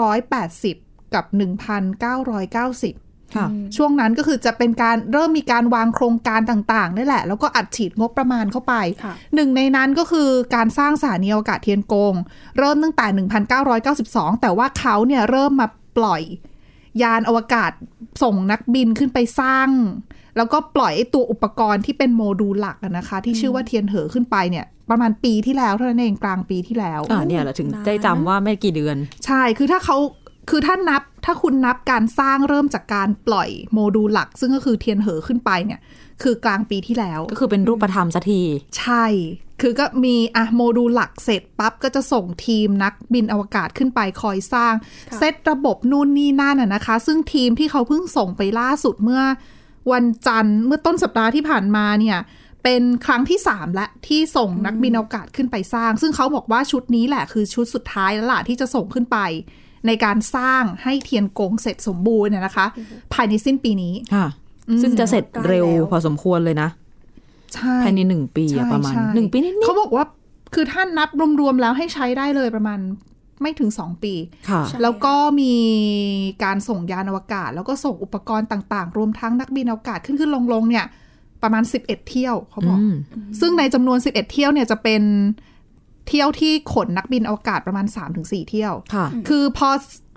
[SPEAKER 1] 1980 กับ 1990
[SPEAKER 2] ค่ะ
[SPEAKER 1] ช่วงนั้นก็คือจะเป็นการเริ่มมีการวางโครงการต่างๆนี่แหละ แล้วก็อัดฉีดงบประมาณเข้าไป
[SPEAKER 3] ค่ะ
[SPEAKER 1] หนึ่งในนั้นก็คือการสร้างสถานีอวกาศเทียนกง เริ่มตั้งแต่ 1992 แต่ว่าเขาเนี่ยเริ่มมาปล่อย ยานอวกาศส่งนักบินขึ้นไปสร้าง แล้วก็ปล่อยไอ้ตัวอุปกรณ์ที่เป็นโมดูลหลักอะนะคะ ที่ชื่อว่าเทียนเหอขึ้นไปเนี่ย ประมาณปีที่แล้วเท่านั้นเองกลางปีที่แล้ว
[SPEAKER 2] อ่าเนี่ยแหละถึง
[SPEAKER 3] นาน
[SPEAKER 2] ได้จำว่าไม่กี่เดือน
[SPEAKER 1] ใช่ คือถ้าเขาคือถ้านับ ถ้าคุณนับการสร้างเริ่มจากการปล่อยโมดูลหลัก ซึ่งก็คือเทียนเหอขึ้นไปเนี่ย คือกลางปีที่แล้ว
[SPEAKER 2] ก็คือเป็นรูปธรรมสักที
[SPEAKER 1] ใช่ คือก็มีอะโมดูลหลักเสร็จปั๊บ ก็จะส่งทีมนักบินอวกาศขึ้นไปคอยสร้าง
[SPEAKER 3] ค่ะ
[SPEAKER 1] เซตระบบนู่นนี่นั่นน่ะนะคะ ซึ่งทีมที่เขาเพิ่งส่งไปล่าสุดเมื่อวันจันทร์เมื่อต้นสัปดาห์ที่ผ่านมาเนี่ย เป็นครั้งที่ 3 และที่ส่งนักบินอวกาศขึ้นไปสร้าง ซึ่งเขาบอกว่าชุดนี้แหละคือชุดสุดท้ายแล้วล่ะที่จะส่งขึ้นไป ในการสร้างให้เทียนกงเสร็จสมบูรณ์น่ะนะคะ ภายในสิ้นปีนี้
[SPEAKER 2] ค่ะ ซึ่งจะเสร็จเร็ว
[SPEAKER 3] ใกล้แล้ว
[SPEAKER 2] พอสมควรเลยนะ
[SPEAKER 1] ใช่
[SPEAKER 2] ภายในหนึ่งปีอะ
[SPEAKER 1] ใช่
[SPEAKER 2] ประมาณ
[SPEAKER 1] ใช่
[SPEAKER 2] หนึ่งปีนิด
[SPEAKER 1] เขาบอกว่าคือท่านนับรวมๆแล้วให้ใช้ได้เลยประมาณไม่ถึง 2 ปี
[SPEAKER 2] ๆค่ะ
[SPEAKER 3] ใช่
[SPEAKER 1] แล้วก็มีการส่งยานอวกาศ แล้วก็ส่งอุปกรณ์ต่างๆ รวมทั้งนักบินอวกาศขึ้นขึ้นลงๆเนี่ย ประมาณ 11 เที่ยวเขาบอก
[SPEAKER 2] อืม
[SPEAKER 1] ซึ่งในจำนวน 11 เที่ยวเนี่ยจะเป็นเที่ยวที่ขนนักบินอวกาศประมาณ 3-4 เที่ยว
[SPEAKER 2] ค่ะ
[SPEAKER 1] คือพอ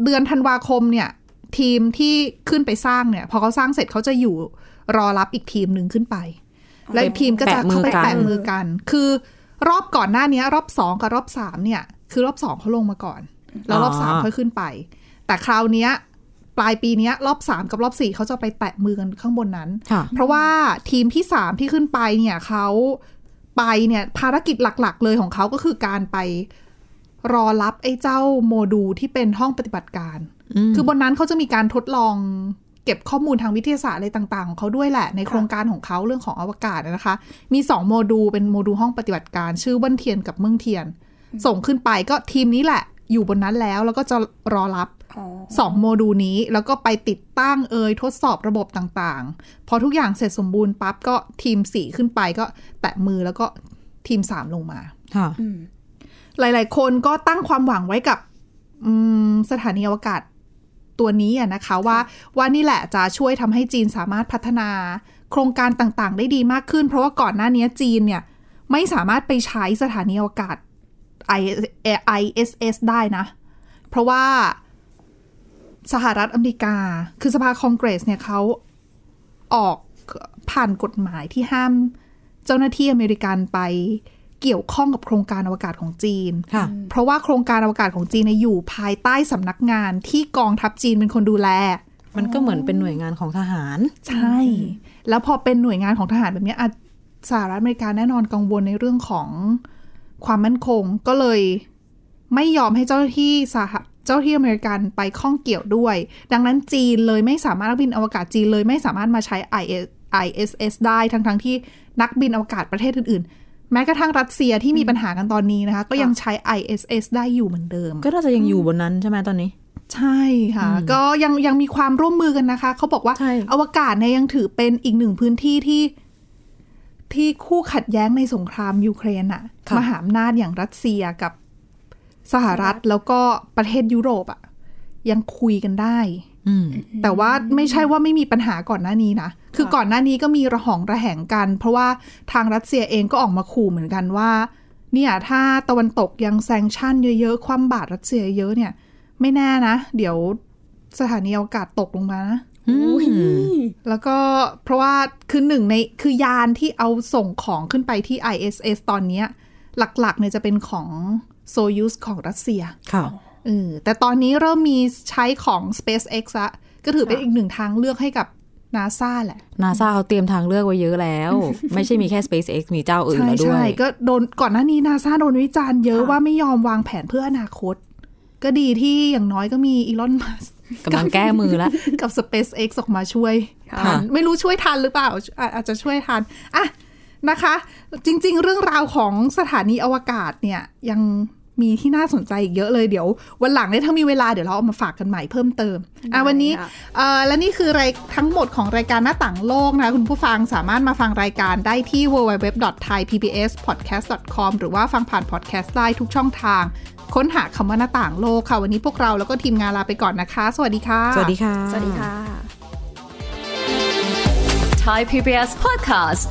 [SPEAKER 1] เดือนธันวาคมเนี่ย ทีมที่ขึ้นไปสร้างเนี่ย พอเขาสร้างเสร็จเขาจะอยู่รอรับอีกทีมหนึ่งขึ้นไป แล้วอีกทีมก็จะเข้าไป
[SPEAKER 2] แปะ
[SPEAKER 1] แปะ
[SPEAKER 2] มือกัน
[SPEAKER 1] มือกัน คือรอบก่อนหน้านี้รอบสองกับรอบสามเนี่ย คือรอบสองเขาลงมาก่อน แล้วรอบสามค่อยขึ้นไป แต่คราวเนี้ยปลายปีเนี้ยรอบสามกับรอบสี่เขาจะไปแตะมือกันข้างบนนั้น
[SPEAKER 2] ค่ะ
[SPEAKER 1] เพราะว่าทีมที่สามที่ขึ้นไปเนี่ยเขาไปเนี่ยภารกิจหลักๆ เลยของเขาก็คือการไปรอรับไอ้เจ้าโมดูลที่เป็นห้องปฏิบัติการ
[SPEAKER 2] อืม
[SPEAKER 1] คือบนนั้นเขาจะมีการทดลองเก็บข้อมูลทางวิทยาศาสตร์อะไรต่างๆ ของเขาด้วยแหละ ในโครงการของเขาเรื่องของอวกาศนะคะ มีสองโมดูลเป็นโมดูลห้องปฏิบัติการ ชื่อเวันเทียนกับเมืองเทียน ส่งขึ้นไปก็ทีมนี้แหละ อยู่บนนั้นแล้วแล้วก็จะรอรับ
[SPEAKER 3] อ๋อ
[SPEAKER 1] สองโมดูลนี้แล้วก็ไปติดตั้งเอยทดสอบระบบต่างๆ พอทุกอย่างเสร็จสมบูรณ์ปั๊บก็ทีมสี่ขึ้นไปก็แตะมือแล้วก็ทีมสามลงมา
[SPEAKER 2] ค่ะ
[SPEAKER 3] อืม
[SPEAKER 1] หลายๆ คนก็ตั้งความหวังไว้กับอืมสถานีอวกาศตัวนี้อะนะคะว่าว่านี่แหละจะช่วยทำให้จีนสามารถพัฒนา โครงการต่างๆ ได้ดีมากขึ้น เพราะว่าก่อนหน้านี้จีนเนี่ยไม่สามารถไปใช้สถานีอวกาศ ISS ได้นะ เพราะว่าสหรัฐอเมริกา คือสภาคองเกรสเนี่ยเขาออกผ่านกฎหมายที่ห้ามเจ้าหน้าที่อเมริกันไปเกี่ยวข้องกับโครงการอวกาศของจีน
[SPEAKER 2] ค่ะ
[SPEAKER 1] เพราะว่าโครงการอวกาศของจีนเนี่ยอยู่ภายใต้สำนักงานที่กองทัพจีนเป็นคนดูแล
[SPEAKER 2] มันก็เหมือนเป็นหน่วยงานของทหาร
[SPEAKER 1] ใช่ แล้วพอเป็นหน่วยงานของทหารแบบเนี้ยอ่ะสหรัฐอเมริกาแน่นอนกังวลในเรื่องของความมั่นคง ก็เลยไม่ยอมให้เจ้าหน้าที่สหเจ้าหน้าที่อเมริกันไปข้องเกี่ยวด้วย ดังนั้นจีนเลยไม่สามารถนักบินอวกาศจีนเลยไม่สามารถมาใช้ IS ISS ได้ทั้งทั้งๆที่นักบินอวกาศประเทศอื่นๆ แม้กระทั่งรัสเซียที่มีปัญหากันตอนนี้นะคะ ก็ยังใช้ ISS ได้อยู่เหมือนเดิม
[SPEAKER 2] ก็น่าจะยังอยู่บนนั้นใช่ไหมตอนนี้
[SPEAKER 1] ใช่ค่ะ ก็ยังยังมีความร่วมมือกันนะคะ เขาบอกว่า
[SPEAKER 2] ใช่
[SPEAKER 1] อวกาศเนี่ยยังถือเป็นอีกหนึ่งพื้นที่ที่ที่คู่ขัดแย้งในสงครามยูเครนอะ
[SPEAKER 2] ค่ะ
[SPEAKER 1] มหาอำนาจอย่างรัสเซียกับสหรัฐแล้วก็ประเทศยุโรปอะยังคุยกันได้
[SPEAKER 2] อืม
[SPEAKER 1] แต่ว่าไม่ใช่ว่าไม่มีปัญหาก่อนหน้านี้นะ คือก่อนหน้านี้ก็มีระหองระแหงกัน เพราะว่าทางรัสเซียเองก็ออกมาขู่เหมือนกันว่า เนี่ยถ้าตะวันตกยังแซงชั่นเยอะๆ คว่ำบาตรรัสเซียเยอะเนี่ย ไม่แน่นะ เดี๋ยวสถานีอวกาศตกลงมานะ
[SPEAKER 3] อุ๊ย
[SPEAKER 1] แล้วก็เพราะว่าคือหนึ่งในคือยานที่เอาส่งของขึ้นไปที่ ISS ตอนเนี้ยหลักๆเนี่ยจะเป็นของโซยูสของรัสเซีย
[SPEAKER 2] ค่ะ
[SPEAKER 1] เออแต่ตอนนี้เริ่มมีใช้ของ SpaceX ละก็ถือเป็นอีกหนึ่งทางเลือกให้กับนาซาแหละ
[SPEAKER 2] นาซาเขาเตรียมทางเลือกไว้เยอะแล้ว ไม่ใช่มีแค่ SpaceX มีเจ้าอื่น
[SPEAKER 1] ใช่
[SPEAKER 2] แล้วด้
[SPEAKER 1] ใช่
[SPEAKER 2] วย
[SPEAKER 1] ก็โดนก่อนหน้านี้นาซาโดนวิจารณ์เยอะว่าไม่ยอมวางแผนเพื่ออนาคต ก็ดีที่อย่างน้อยก็มีอีลอนมัส
[SPEAKER 2] กำลังแก้มือแล้ว
[SPEAKER 1] กับ SpaceX ออกมาช่วยทัน
[SPEAKER 2] ค่ะ
[SPEAKER 1] ไม่รู้ช่วยทันหรือเปล่าอาอาจจะช่วยทันอ่ะนะคะ จริง ๆ เรื่องราวของสถานีอวกาศเนี่ย ยังมีที่น่าสนใจอีกเยอะเลยเดี๋ยว วันหลังเนี่ยถ้ามีเวลาเดี๋ยวเราเอามาฝากกันใหม่เพิ่มเติมอ่ะวันนี้
[SPEAKER 3] ค่ะ
[SPEAKER 1] เอ่อและนี่คือรายทั้งหมดของรายการหน้าต่างโลกนะคะคุณผู้ฟังสามารถมาฟังรายการได้ที่ www.thaipbspodcast.com หรือว่าฟังผ่านพอดแคสต์ได้ทุกช่องทาง ค้นหาคำว่าหน้าต่างโลกค่ะ วันนี้พวกเราแล้วก็ทีมงานลาไปก่อนนะคะ สวัสดีค่ะ
[SPEAKER 2] สวัสดีค่ะ
[SPEAKER 3] สวัสดีค่ะ
[SPEAKER 4] Thai PBS podcast.